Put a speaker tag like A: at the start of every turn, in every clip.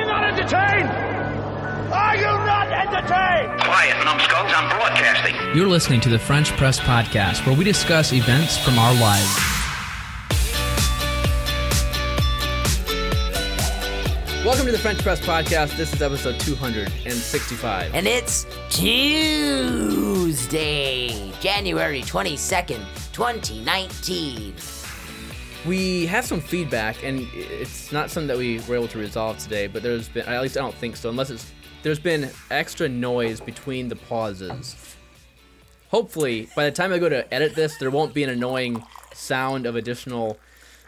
A: entertained? Are you not entertained?
B: Quiet, numbskulls, I'm broadcasting.
C: You're listening to the French Press Podcast, where we discuss events from our lives. Welcome to the French Press Podcast. This is episode 265.
D: And it's Tuesday, January 22nd, 2019.
C: We have some feedback, and it's not something that we were able to resolve today, but there's been, at least I don't think so, unless it's, there's been extra noise between the pauses. Hopefully, by the time I go to edit this, there won't be an annoying sound of additional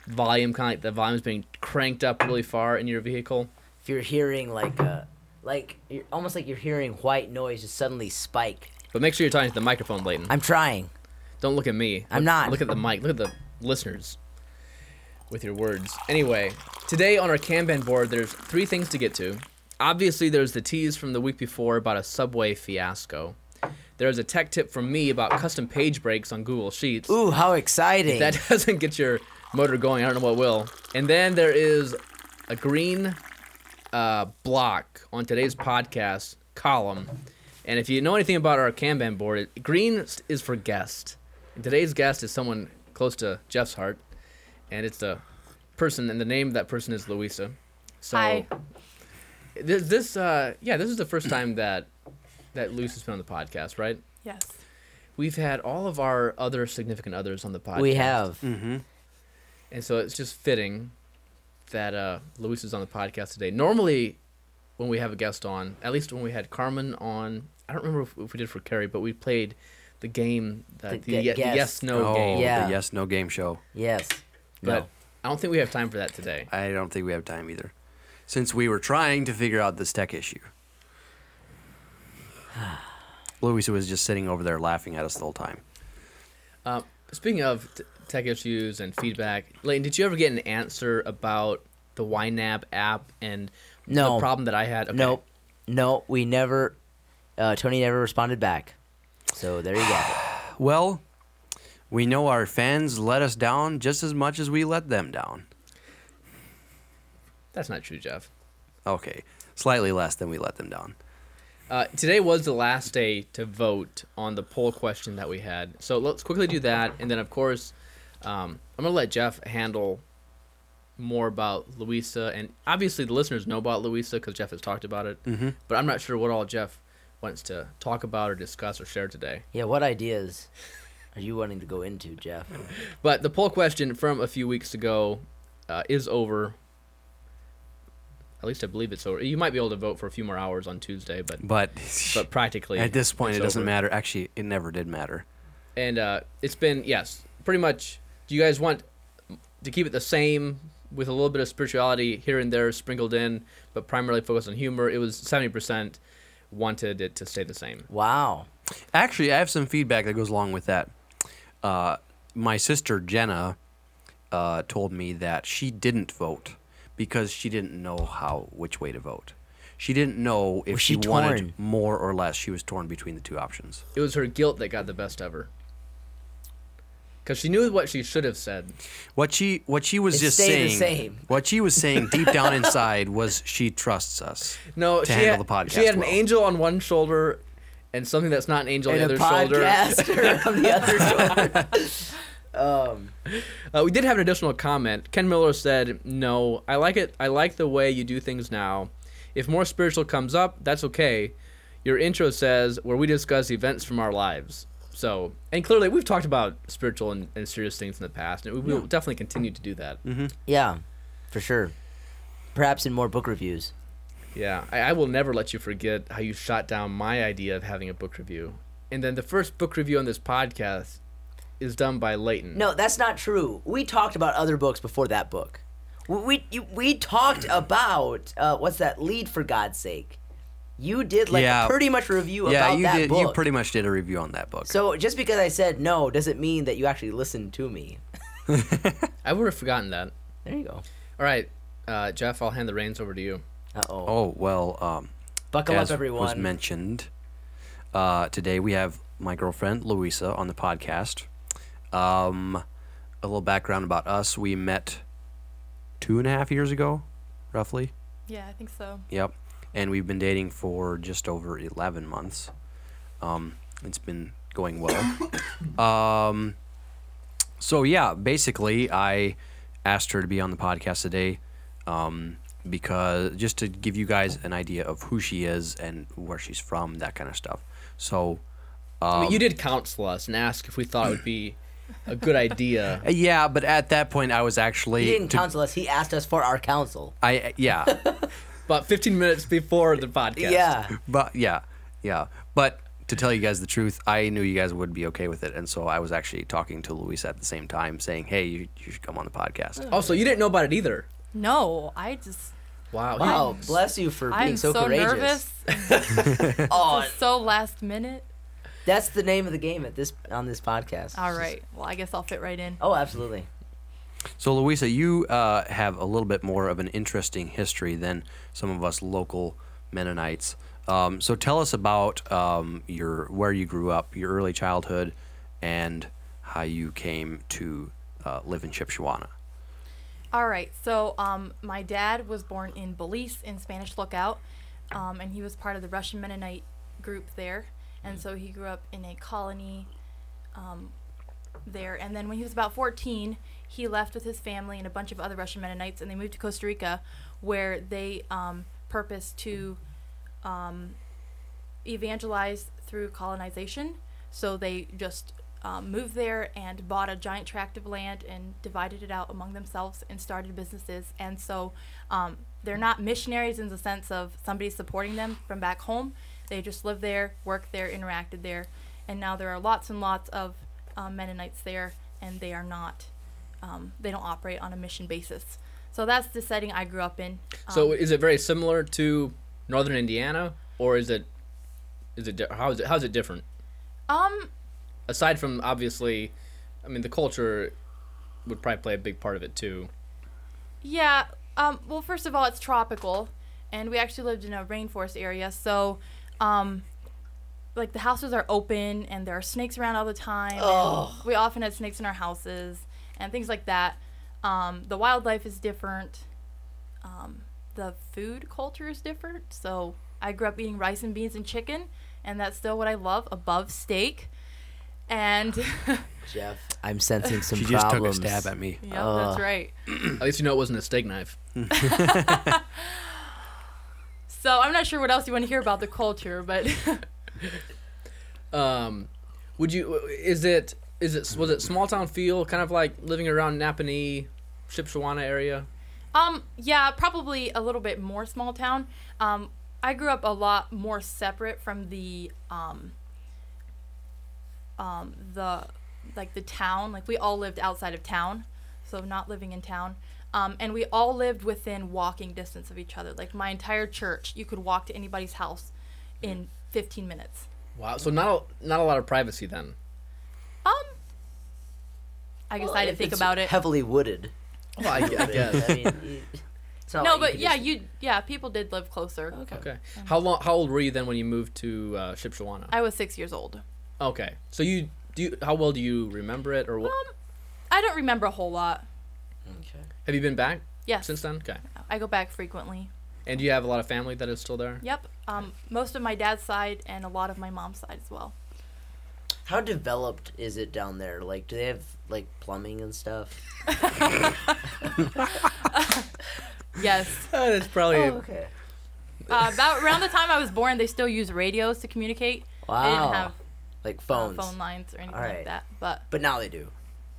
C: volume, kind of like the volume's being cranked up really far in your vehicle.
D: If you're hearing like a, like, you're, almost like you're hearing white noise just suddenly spike.
C: But make sure you're talking to the microphone, Layton.
D: I'm trying.
C: Don't look at me.
D: I'm
C: Look-
D: not.
C: Look at the mic. Look at the listeners with your words. Anyway, today on our Kanban board, there's three things to get to. Obviously, there's the tease from the week before about a Subway fiasco. There's a tech tip from me about custom page breaks on Google Sheets.
D: Ooh, how exciting.
C: That doesn't get your motor going. I don't know what will. And then there is a green uh, block on today's podcast column. And if you know anything about our Kanban board, it, green is for guest. And today's guest is someone close to Jeff's heart, and it's the person, and the name of that person is Louisa. So
E: Hi.
C: this, this uh, yeah, this is the first time that that Luis has been on the podcast, right?
E: Yes.
C: We've had all of our other significant others on the podcast. Mm.
D: we have.
C: And so it's just fitting that uh, Luis is on the podcast today. Normally, when we have a guest on, at least when we had Carmen on, I don't remember if, if we did for Carrie, but we played the game, the, the,
D: The gu-
C: ye- the
D: guess.
C: yes no
F: oh,
C: game.
D: Yeah.
F: the yes no game show.
D: Yes.
C: But
D: no.
C: I don't think we have time for that today.
F: I don't think we have time either, since we were trying to figure out this tech issue. Louisa was just sitting over there laughing at us the whole time.
C: Uh, Speaking of t- tech issues and feedback, Layton, did you ever get an answer about the YNAB app and
D: No.
C: the problem that I had? Okay.
D: Nope. No, we never, uh, Tony never responded back. So there you go.
F: Well, we know our fans let us down just as much as we let them down.
C: That's not true, Jeff.
F: Okay, slightly less than we let them down.
C: Uh, today was the last day to vote on the poll question that we had. So let's quickly do that. And then, of course, um, I'm going to let Jeff handle more about Louisa. And obviously, the listeners know about Louisa because Jeff has talked about it. Mm-hmm. But I'm not sure what all Jeff wants to talk about or discuss or share today.
D: Yeah, what ideas are you wanting to go into, Jeff?
C: But the poll question from a few weeks ago uh, is over. At least I believe it's over. You might be able to vote for a few more hours on Tuesday, but
F: But,
C: but practically
F: at this point,
C: it's
F: it doesn't
C: over.
F: matter. Actually, it never did matter.
C: and uh, it's been yes, pretty much. Do you guys want to keep it the same with a little bit of spirituality here and there sprinkled in, but primarily focused on humor? It was seventy percent wanted it to stay the same.
D: Wow.
F: Actually, I have some feedback that goes along with that. Uh, my sister Jenna uh, told me that she didn't vote because she didn't know how which way to vote. She didn't know if
D: Was
F: she,
D: she
F: wanted
D: torn?
F: more or less. She was torn between the two options.
C: It was her guilt that got the best of her, because she knew what she should have said.
F: What she what she was
D: It
F: just
D: stayed the
F: saying.
D: same.
F: What she was saying deep down inside was she trusts us.
C: No,
F: to
C: she
F: handle
C: had,
F: the podcast.
C: She had an
F: well.
C: angel on one shoulder, and something that's not an angel on
D: And
C: the
D: a
C: other shoulder.
D: podcaster on the other shoulder.
C: Uh, we did have an additional comment. Ken Miller said, "No, I like it. I like the way you do things now. If more spiritual comes up, that's okay. Your intro says where we discuss events from our lives. So, and clearly we've talked about spiritual and, and serious things in the past, and we will definitely continue to do that.
D: Yeah, for sure. Perhaps in more book reviews.
C: Yeah, I, I will never let you forget how you shot down my idea of having a book review, and then the first book review on this podcast is done by Leighton.
D: No, that's not true. We talked about other books before that book. We we, you, we talked about uh, what's that lead for God's sake. You did like
F: Yeah.
D: a pretty much review
F: Yeah,
D: about
F: you
D: that
F: did.
D: book.
F: You pretty much did a review on that book.
D: so just because I said no doesn't mean that you actually listened to me.
C: I would have forgotten that.
D: There you go.
C: All right, uh, Jeff, I'll hand the reins over to you.
D: Uh oh.
F: oh well. Um,
D: Buckle
F: as
D: up, everyone.
F: was mentioned uh, today we have my girlfriend louisa on the podcast um, a little background about us we met two and a half years ago roughly
E: Yeah, I think so.
F: yep and we've been dating for just over 11 months. Um, it's been going well. um, so yeah, basically, I asked her to be on the podcast today um, because just to give you guys an idea of who she is and where she's from, that kind of stuff. So
C: I mean, you did counsel us and ask if we thought it would be a good idea.
F: uh, yeah, but at that point, I was actually
D: He didn't
F: to-
D: counsel us. He asked us for our counsel.
F: I yeah.
C: About 15 minutes before the podcast.
D: Yeah.
F: But yeah, yeah. But to tell you guys the truth, I knew you guys would be okay with it, and so I was actually talking to Luis at the same time, saying, "Hey, you, you should come on the podcast."
C: Also, you didn't know about it either.
E: No, I just
C: Wow.
D: Wow.
C: you-
D: Bless you for being
E: I'm so,
D: so, courageous.
E: nervous.
D: Oh,
E: So last minute.
D: that's the name of the game at this on this podcast.
E: All right. Well, I guess I'll fit right in.
D: Oh, absolutely.
F: So, Luisa, you uh, have a little bit more of an interesting history than some of us local Mennonites. Um, so, tell us about um, your where you grew up, your early childhood, and how you came to uh, live in Shipshawana.
E: All right. So, um, my dad was born in Belize in Spanish Lookout, um, and he was part of the Russian Mennonite group there.
D: Mm.
E: And so he grew up in a colony um, there. And then when he was about 14, he left with his family and a bunch of other Russian Mennonites, and they moved to Costa Rica, where they um, purposed to evangelize through colonization. So they just um, moved there and bought a giant tract of land and divided it out among themselves and started businesses. And so um, they're not missionaries in the sense of somebody supporting them from back home. They just lived there, worked there, interacted there. And now there are lots and lots of um, Mennonites there, and they are not, um, they don't operate on a mission basis. So that's the setting I grew up in.
C: So is it very similar to Northern Indiana, or is it is it di- how is it how is it different?
E: Um,
C: Aside from obviously, I mean the culture would probably play a big part of it too.
E: Yeah. Um, well, first of all, it's tropical, and we actually lived in a rainforest area, so um, like the houses are open, and there are snakes around all the time. Oh. We often had snakes in our houses and things like that. Um, the wildlife is different. Um, the food culture is different. So I grew up eating rice and beans and chicken, and that's still what I love above steak. And yep,
D: Jeff, I'm sensing some
F: She just took a
D: problems.
F: stab at me.
E: that's right.
C: At least you know it wasn't a steak knife.
E: So I'm not sure what else you want to hear about the culture, but.
C: Um, would you? Is it? Is it? Was it small town feel? Kind of like living around Napanee, Shipshawana area.
E: Um, yeah, probably a little bit more small town. Um, I grew up a lot more separate from the um, um, the like the town. Like we all lived outside of town, so not living in town. Um, and we all lived within walking distance of each other. Like my entire church, you could walk to anybody's house in 15 minutes.
C: Wow. So not a, not a lot of privacy then.
E: Um, I guess I didn't
D: If
E: think
D: it's
E: about it.
D: Heavily wooded.
C: Well, I, I guess.
D: I mean, you- it's not
E: No,
D: like
E: but
D: could
E: yeah,
D: just-
E: you yeah, people did live closer.
C: Okay. How long? How old were you then when you moved to uh, Shipshawana?
E: I was six years old.
C: Okay. So you do. You, how well do you remember it, or wh-
E: Um, I don't remember a whole lot.
C: have you been back?
E: Yes.
C: Since then. Okay.
E: I go back frequently.
C: And do you have a lot of family that is still there?
E: Yep. Um, most of my dad's side and a lot of my mom's side as well.
D: How developed is it down there? Like, do they have like plumbing and stuff?
E: Yes.
C: Uh, that's probably.
E: Oh.
D: okay.
E: Uh, about around the time I was born, they still used radios to communicate. They
D: Wow.
E: didn't have
D: Like
E: uh,
D: phones.
E: phone lines or anything
D: right.
E: like that. But
D: But now they do.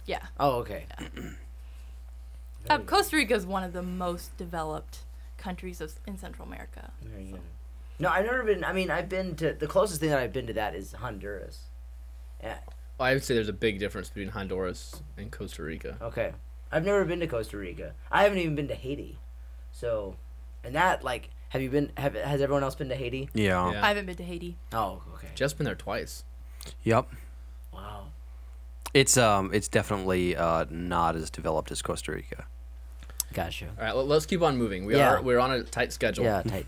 E: yeah,
D: Oh, okay.
E: uh, Costa Rica is one of the most developed countries of, in Central America.
D: No, I've never been. I mean, I've been to the closest thing that I've been to that is Honduras. Yeah.
C: I would say there's a big difference between Honduras and Costa Rica.
D: Okay. I've never been to Costa Rica. I haven't even been to Haiti. So, and that like, have you been? Have has everyone else been to Haiti?
F: Yeah.
C: Yeah.
E: I haven't been to Haiti.
D: Oh, okay.
C: Jeff's been there twice.
F: Yep.
D: Wow.
F: It's um, it's definitely uh, not as developed as Costa Rica.
D: Gotcha.
C: All right, let- let's keep on moving. We
D: Yeah.
C: are we're on a tight schedule.
D: Yeah, tight.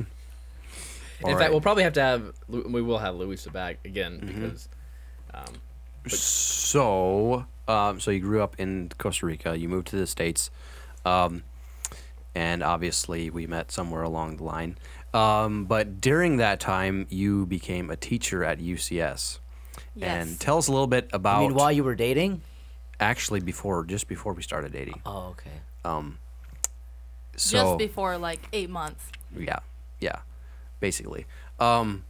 C: In fact, we'll probably have to have Lu- we will have Luisa back again because
F: So, um, so you grew up in Costa Rica. You moved to the states, um, and obviously we met somewhere along the line. Um, but during that time, you became a teacher at UCS.
E: Yes.
F: And tell us a little bit
D: I
F: about
D: mean, while you were dating?
F: actually before, just before we started dating.
D: Oh, okay.
F: So,
E: just before like eight months.
F: Yeah, yeah, basically. Um,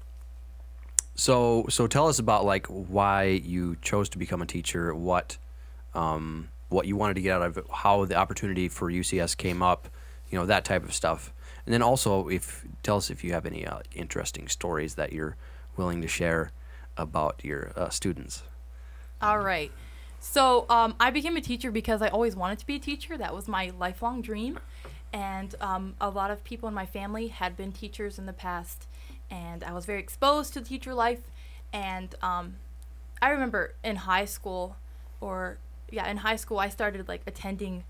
F: so so tell us about like why you chose to become a teacher, what um, what you wanted to get out of it, how the opportunity for UCS came up, you know that type of stuff, and then also if tell us if you have any uh, interesting stories that you're willing to share about your uh, students.
E: All right. So um, I became a teacher because I always wanted to be a teacher. That was my lifelong dream. And um, a lot of people in my family had been teachers in the past. And I was very exposed to teacher life. And um, I remember in high school, or yeah, in high school, I started like attending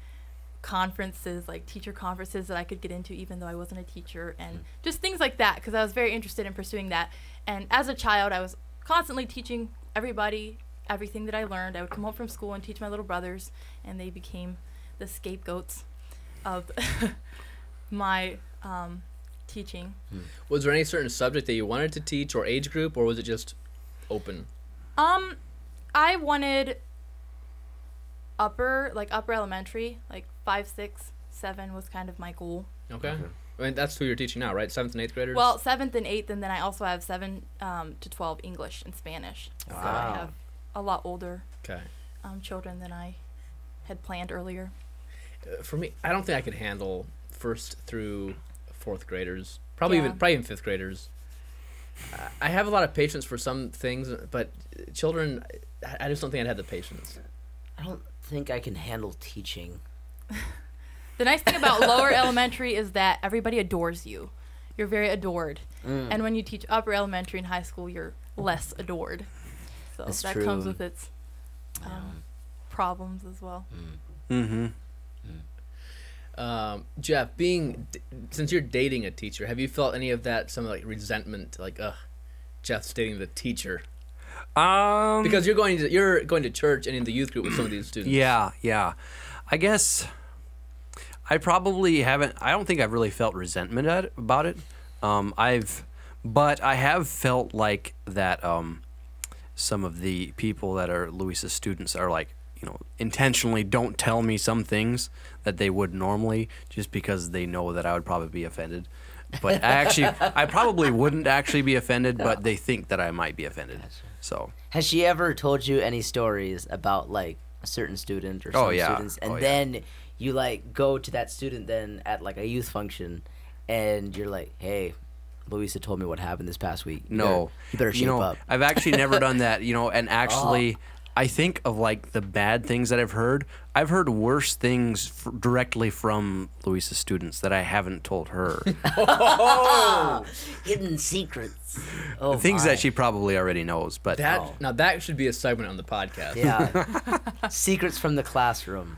E: conferences, like teacher conferences that I could get into, even though I wasn't a teacher, and just things like that, because I was very interested in pursuing that. And as a child, I was constantly teaching everybody everything that I learned. I would come home from school and teach my little brothers, and they became the scapegoats of my um, teaching.
C: Was there any certain subject that you wanted to teach or age group, or was it just open?
E: Um, I wanted upper, like upper elementary, like five, six, seven was kind of my goal.
C: Okay. I mean, that's who you're teaching now, right? Seventh and eighth graders.
E: Well, seventh and eighth, and then I also have seven um, to twelve English and Spanish. So I have a lot older
C: Okay.
E: um, children than I had planned earlier.
C: Uh, For me, I don't think I could handle first through fourth graders. Probably even
E: Yeah.
C: probably even fifth graders. I- I have a lot of patience for some things, but children, I- I just don't think I'd have the patience.
D: I don't think I can handle teaching.
E: The nice thing about lower elementary is that everybody adores you. You're very adored, and when you teach upper elementary and high school, you're less adored. So
D: That's
E: that
D: true.
E: comes with its um, problems as well.
C: Um, Jeff, being d- since you're dating a teacher, have you felt any of that some like resentment, like ugh, Jeff's dating the teacher?
F: Um.
C: Because you're going to you're going to church and in the youth group with some of these students.
F: Yeah, yeah. I guess I probably haven't. I don't think I've really felt resentment at, about it. Um, I've, but I have felt like that. Um, some of the people that are Luis's students are like, you know, intentionally don't tell me some things that they would normally, just because they know that I would probably be offended. But I actually, I probably wouldn't actually be offended, but they think that I might be offended. So.
D: Has she ever told you any stories about like a certain student or some
F: Oh, yeah.
D: students, and
F: Oh, yeah.
D: then you like go to that student then at like a youth function, and you're like, "Hey, Louisa told me what happened this past week. You
F: No,
D: better- you better shape
F: know,
D: up." Oh.
F: I've actually never done that. You know, and actually, I think of like the bad things that I've heard. I've heard worse things f- directly from Luisa's students that I haven't told her.
D: Hidden secrets. Oh,
F: things
D: my.
F: that she probably already knows, but Oh.
C: That now that should be a segment on the podcast.
D: Yeah. secrets from the classroom.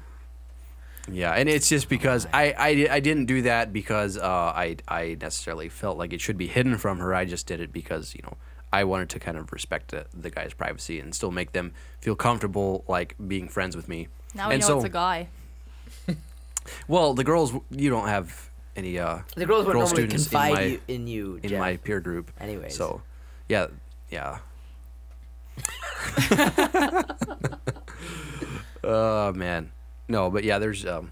F: yeah, and it's just because
D: Oh
F: I, I di- I didn't do that because uh, I I necessarily felt like it should be hidden from her. I just did it because you know. I wanted to kind of respect the, the guy's privacy and still make them feel comfortable, like being friends with me.
E: Now we
F: and
E: know
F: so,
E: it's a guy.
F: Well, the girls, you don't have any uh,
D: The girls would
F: girl
D: normally
F: students in
D: confide
F: my-
D: you, in you.
F: in
D: Jeff.
F: my peer group.
D: Anyways.
F: so yeah, yeah. oh man, no, but yeah, there's um,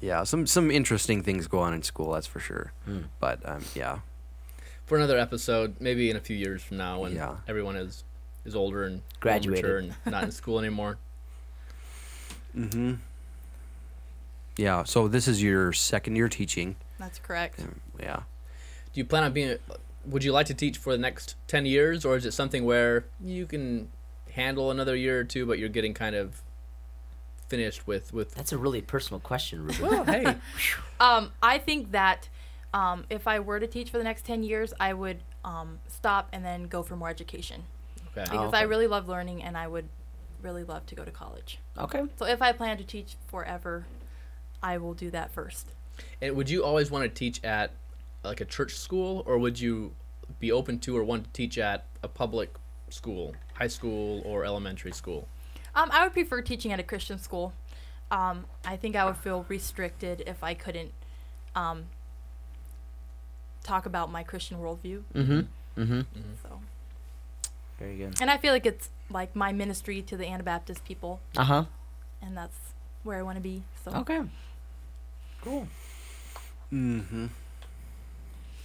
F: yeah, some some interesting things go on in school, that's for sure.
D: Hmm.
F: But um, yeah,
C: For another episode, maybe in a few years from now when
F: Yeah.
C: everyone is is older and more
D: Graduated.
C: mature and not in school anymore.
F: yeah. So this is your second year teaching.
E: That's correct.
F: Yeah.
C: Do you plan on being? Would you like to teach for the next ten years, or is it something where you can handle another year or two, but you're getting kind of finished with with?
D: That's a really personal question, Ruben.
F: Oh.
C: Well, hey,
E: Um, I think that um, if I were to teach for the next 10 years, I would um, stop and then go for more education
C: okay.
E: because I really love learning and I would really love to go to college.
D: okay.
E: So if I plan to teach forever, I will do that first.
C: And would you always want to teach at like a church school, or would you be open to or want to teach at a public school, high school or elementary school?
E: Um, I would prefer teaching at a Christian school. Um, I think I would feel restricted if I couldn't um, talk about my Christian worldview.
C: Mm.
E: So,
D: Very good.
E: and I feel like it's like my ministry to the Anabaptist people,
D: Uh huh.
E: and that's where I want to be. So
D: Okay. Cool.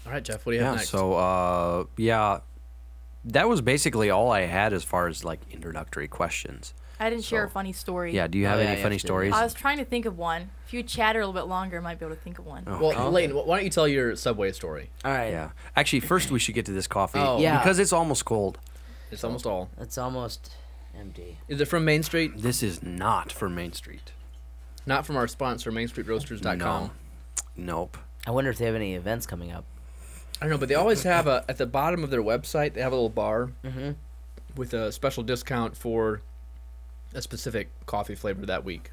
C: All right, Jeff, what do you
F: Yeah.
C: have next?
F: So, uh, yeah, that was basically all I had as far as like introductory questions.
E: I didn't share a
F: So-
E: funny story.
F: Yeah. Do you
C: Oh,
F: have
C: yeah,
F: any
C: you
F: funny
C: have to do
F: stories?
C: that.
E: I was trying to think of one. If you chatter a little bit longer, I might be able to think of one.
C: well,
F: uh,
C: Layton, wh- why don't you tell your subway story?
D: All right.
F: yeah. Actually, first we should get to this coffee.
C: Oh.
D: Yeah.
F: Because it's almost cold.
C: It's almost all.
D: It's almost empty.
C: Is it from Main Street?
F: This is not for Main Street.
C: Not from our sponsor, MainStreetRoasters.com.
F: No. Nope.
D: I wonder if they have any events coming up.
C: I don't know, but they always have a at the bottom of their website. They have a little bar
F: Mm-hmm.
C: with a special discount for a specific coffee flavor that week.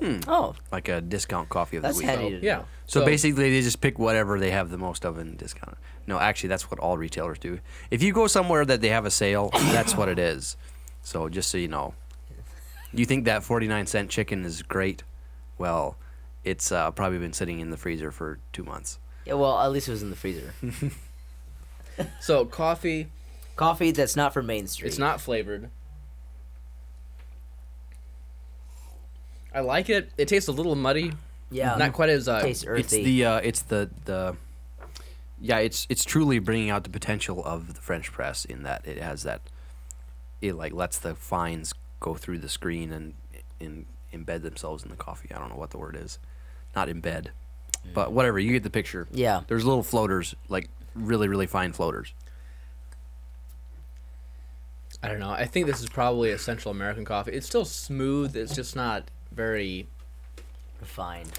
D: Oh,
F: Like a discount coffee of
D: that's
F: the week.
D: handy. to
C: Yeah.
D: know.
F: So, basically, they just pick whatever they have the most of and discount. it. No, actually, that's what all retailers do. If you go somewhere that they have a sale, that's what it is. So just so you know, you think that forty-nine cent chicken is great? Well, it's uh, probably been sitting in the freezer for two months.
D: Yeah, well, at least it was in the freezer.
C: so coffee,
D: Coffee that's not for Main Street.
C: it's not flavored. I like it. It tastes a little muddy.
D: Yeah.
C: Not quite as uh,
D: Tastes earthy.
F: It's the uh, it's the the yeah, it's it's truly bringing out the potential of the French press in that it has that it like lets the fines go through the screen and and embed themselves in the coffee. I don't know what the word is, not embed, but whatever. You get the picture.
D: Yeah.
F: there's little floaters like really really fine floaters.
C: I don't know. I think this is probably a Central American coffee. It's still smooth. It's just not very
D: refined.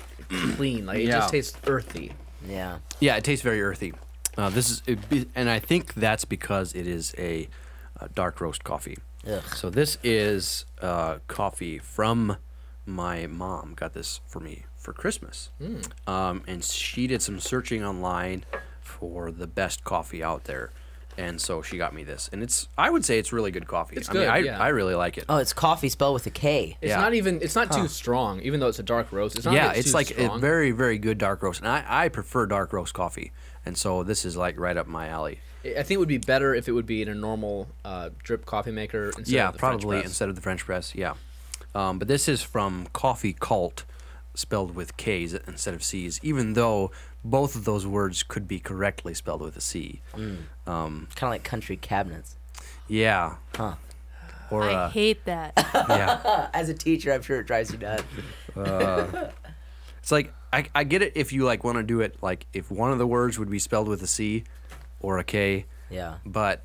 C: clean. Like it
F: Yeah.
C: just tastes earthy.
D: Yeah.
F: Yeah, it tastes very earthy. Uh, this is, it, be- and I think that's because it is a, uh dark roast coffee.
D: Ugh.
F: So this is uh, coffee from my mom. Got this for me for Christmas,
C: Hmm.
F: um, and she did some searching online for the best coffee out there, and so she got me this. And it's, I would say, it's really good coffee.
C: It's
F: I
C: good,
F: mean, I,
C: yeah.
F: I really like it.
D: Oh, it's coffee spelled with a K.
C: It's
F: Yeah.
C: not even. It's not too strong, even though it's a dark roast. It's not
F: yeah,
C: like
F: it's
C: too
F: like a
C: strong.
F: very, very good dark roast, and I, I prefer dark roast coffee, and so this is like right up my alley.
C: I think it would be better if it would be in a normal uh, drip coffee maker. Instead
F: yeah,
C: of the French
F: probably
C: press.
F: instead of the French press. Yeah, um, but this is from Coffee Cult, spelled with K's instead of C's. Even though both of those words could be correctly spelled with a C.
D: Kind of like country cabinets.
F: Yeah. Huh. Or
E: I
F: uh,
E: hate that.
F: yeah,
D: Uh, As a teacher, I'm sure it drives you nuts.
F: it's like I, I get it if you like want to do it like if one of the words would be spelled with a C, or a K,
D: Yeah.
F: but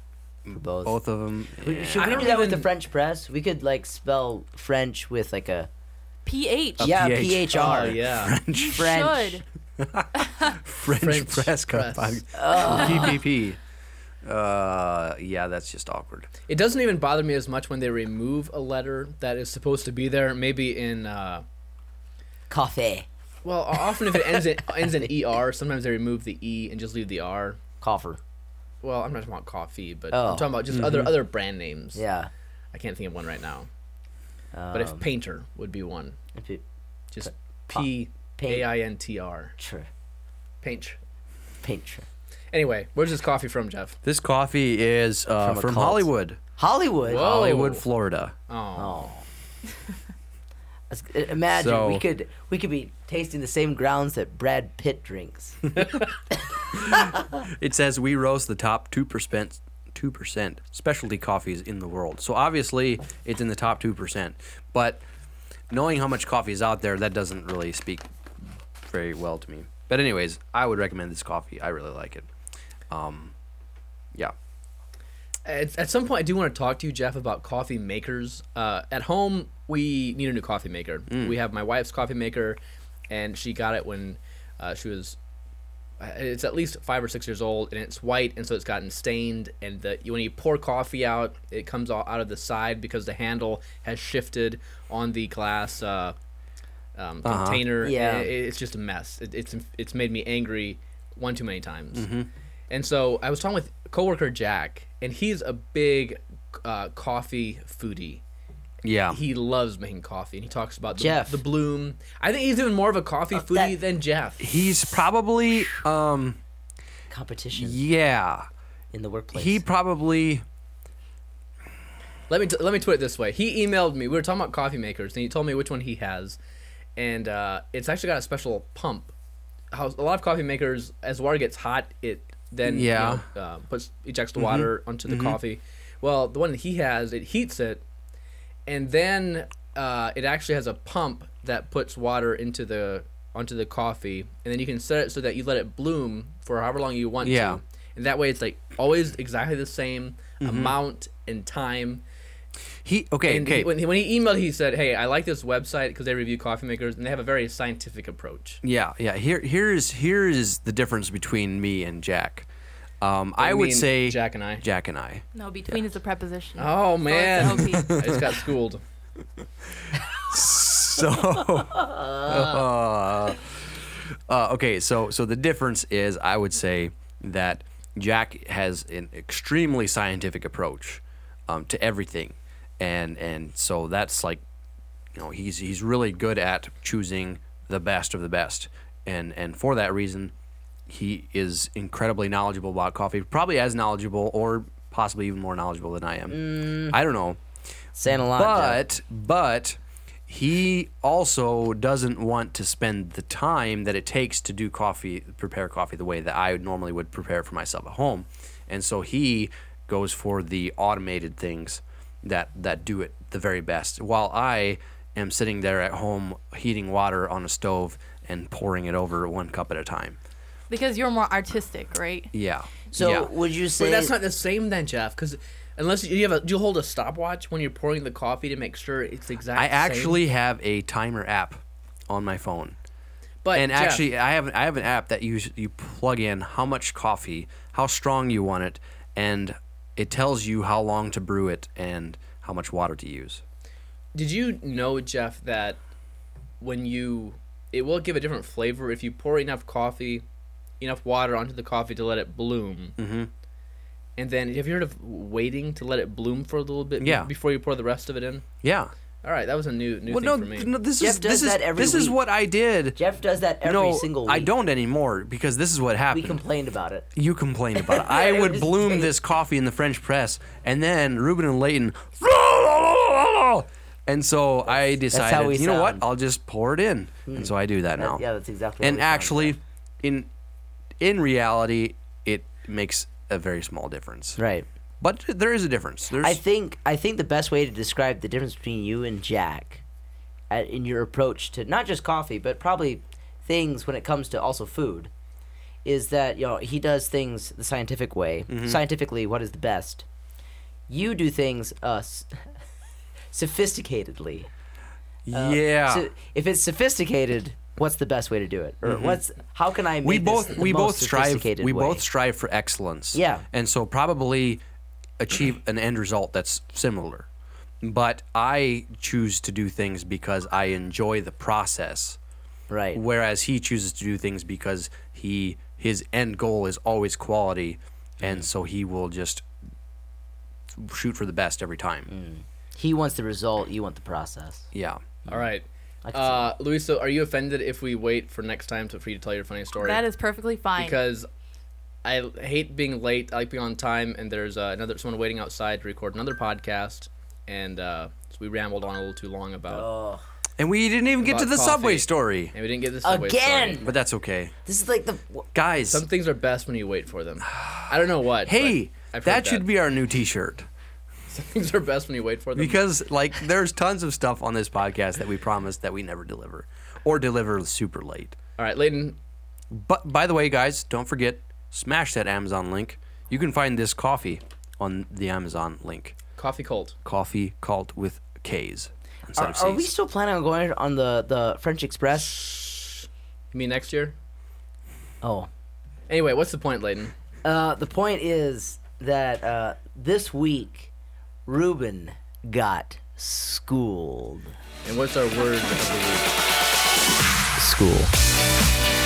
D: Mm. Both.
F: both of eh, them.
D: Should
C: I
D: we
C: don't
D: do that with the
C: even-
D: French press? We could like spell French with like a
E: PH.
D: yeah
F: PH.
D: PHR.
C: Oh yeah,
E: You
D: French.
E: should.
F: French,
C: French press.
F: press, combined. PPP. Uh, yeah, that's just awkward.
C: it doesn't even bother me as much when they remove a letter that is supposed to be there. Maybe in uh,
D: Coffee.
C: well, o- often if it ends in ends in er, sometimes they remove the e and just leave the r.
D: Coffer.
C: Well, I'm not talking about coffee, but
D: Oh.
C: I'm talking about just
F: mm-hmm.
C: other other brand names.
D: Yeah.
C: I can't think of one right now. but
F: Um,
C: if painter would be one,
D: If it-
C: just p
D: paint-
C: a i n t r
D: Tr-
C: paint.
D: Painter.
C: Anyway, where's this coffee from, Jeff?
F: This coffee is uh,
D: From a
F: from,
D: cult.
F: Hollywood,
D: Hollywood.
C: Whoa.
F: Hollywood, Florida.
D: Oh. That's- i- Imagine we
F: So-
D: could we could be tasting the same grounds that Brad Pitt drinks.
F: It says we roast the top two percent two percent specialty coffees in the world. So obviously, it's in the top two percent. But knowing how much coffee is out there, that doesn't really speak very well to me. But anyways, I would recommend this coffee. I really like it. Um, yeah.
C: At, at some point, I do want to talk to you, Jeff, about coffee makers. Uh, at home, we need a new coffee maker. We have my wife's coffee maker, and she got it when uh, she was. uh, It's at least five or six years old, and it's white, and so it's gotten stained. And the, when you pour coffee out, it comes all out of the side because the handle has shifted on the glass uh, um, container.
D: Yeah.
C: It- it's just a mess. It, it's it's made me angry one too many times. And so I was talking with coworker Jack, and he's a big uh, coffee foodie.
F: Yeah.
C: He loves making coffee, and he talks about the,
D: Jeff. Uh,
C: the bloom. I think he's even more of a coffee foodie
D: that-
C: than Jeff.
F: He's probably um
D: competition
F: Yeah.
D: in the workplace.
F: He probably
C: Let me t- let me put it this way. He emailed me. We were talking about coffee makers, and he told me which one he has, and uh, it's actually got a special pump. How a lot of coffee makers, as water gets hot, it then you
F: Yeah. Mm-hmm.
C: know, uh, puts ejects the water onto the coffee. Well, the one that he has, it heats it, and then uh, it actually has a pump that puts water into the onto the coffee, and then you can set it so that you let it bloom for however long you want
F: Yeah. Mm-hmm.
C: to. And that way, it's like always exactly the same amount and time.
F: he okay,
C: And
F: okay.
C: he, when, he, when he emailed, he said, "Hey, I like this website because they review coffee makers and they have a very scientific approach."
F: Yeah, yeah. Here, here is here is the difference between me and Jack. Um, I
C: you
F: would
C: mean
F: say
C: Jack and I?
F: Jack and I.
E: No, between is a preposition.
C: Oh
E: So
C: man,
E: it's an
C: I
E: OP.
C: just got schooled.
F: So, uh, okay. So, so the difference is, I would say that Jack has an extremely scientific approach um, to everything, and and so that's like, you know, he's he's really good at choosing the best of the best, and and for that reason, he is incredibly knowledgeable about coffee, probably as knowledgeable or possibly even more knowledgeable than I am. I don't know.
D: saying a lot. Jeff.
F: But but he also doesn't want to spend the time that it takes to do coffee, prepare coffee the way that I normally would prepare it for myself at home, and so he goes for the automated things that that do it the very best. While I am sitting there at home heating water on a stove and pouring it over one cup at a time.
E: because you're more artistic, right?
F: Yeah.
D: So
F: yeah.
D: would you say
C: But that's not the same then, Jeff, because unless you have a, do you hold a stopwatch when you're pouring the coffee to make sure it's exact.
F: I
C: same?
F: actually have a timer app on my phone.
C: but
F: and
C: Jeff,
F: actually, I have I have an app that you you plug in how much coffee, how strong you want it, and it tells you how long to brew it and how much water to use.
C: did you know, Jeff, that when you it will give a different flavor if you pour enough coffee, enough water onto the coffee to let it bloom. Mm-hmm. And then, have you heard of waiting to let it bloom for a little bit be-
F: Yeah.
C: before you pour the rest of it in?
F: Yeah.
C: All right, that was a new new
F: Well,
C: thing
F: no,
C: for me.
F: th- no, this
D: Jeff
F: is
D: does
F: this is
D: that every
F: this is
D: week.
F: what I did.
D: Jeff does that every
F: no,
D: single week?
F: I don't anymore because this is what
D: We
F: happened.
D: complained about it.
F: you complained about it. I
D: I
F: would
D: was
F: bloom
D: saying-
F: this coffee in the French press, and then Ruben and Leighton. And so I decided,
D: how we
F: you know what?
D: sound. Hmm.
F: I'll just pour it in. And so I do that now.
D: yeah, that's exactly
F: And
D: what we sound
F: actually, in in reality, it makes a very small difference.
D: Right.
F: But there is a difference. There's
D: I think I think the best way to describe the difference between you and Jack, at, in your approach to not just coffee but probably things when it comes to also food, is that you know he does things the scientific way,
F: Mm-hmm.
D: scientifically what is the best. You do things uh, s- sophisticatedly.
F: yeah.
D: uh, So if it's sophisticated, what's the best way to do it, or what's how can I make
F: Mm-hmm. we
D: this
F: both
D: the
F: we
D: most
F: both strive
D: sophisticated
F: we
D: way?
F: both strive for excellence.
D: Yeah.
F: And so probably achieve an end result that's similar. But I choose to do things because I enjoy the process,
D: right?
F: whereas he chooses to do things because he his end goal is always quality,
D: Mm.
F: and so he will just shoot for the best every time.
D: Mm. He wants the result. You want the process.
F: Yeah.
C: All right.
D: can see
C: Uh, Luisa, are you offended if we wait for next time to, for you to tell your funny story?
E: That is perfectly fine.
C: because I hate being late. I like being on time, and there's uh, another someone waiting outside to record another podcast, and uh, so we rambled on a little too long about.
F: Oh. And we didn't even get to
C: About
F: the subway
C: coffee.
F: story.
C: And we didn't get this subway story.
D: Again,
F: But that's okay.
D: this is like the
F: Guys,
C: Some things are best when you wait for them. I don't know what. but
F: hey,
C: I've heard
F: that should be our new t-shirt.
C: Some things are best when you wait for them.
F: because like there's tons of stuff on this podcast that we promise that we never deliver or deliver super late.
C: All right, Layden.
F: But by the way, guys, don't forget smash that Amazon link. You can find this coffee on the Amazon link.
C: Coffee cold.
F: Coffee cult with K's instead
D: Are,
F: of C's.
D: are we still planning on going on the, the French Express?
C: You mean next year?
D: Oh.
C: Anyway, what's the point, Layden?
D: Uh, the point is that uh, this week, Ruben got schooled.
C: And what's our word of the week?
D: School.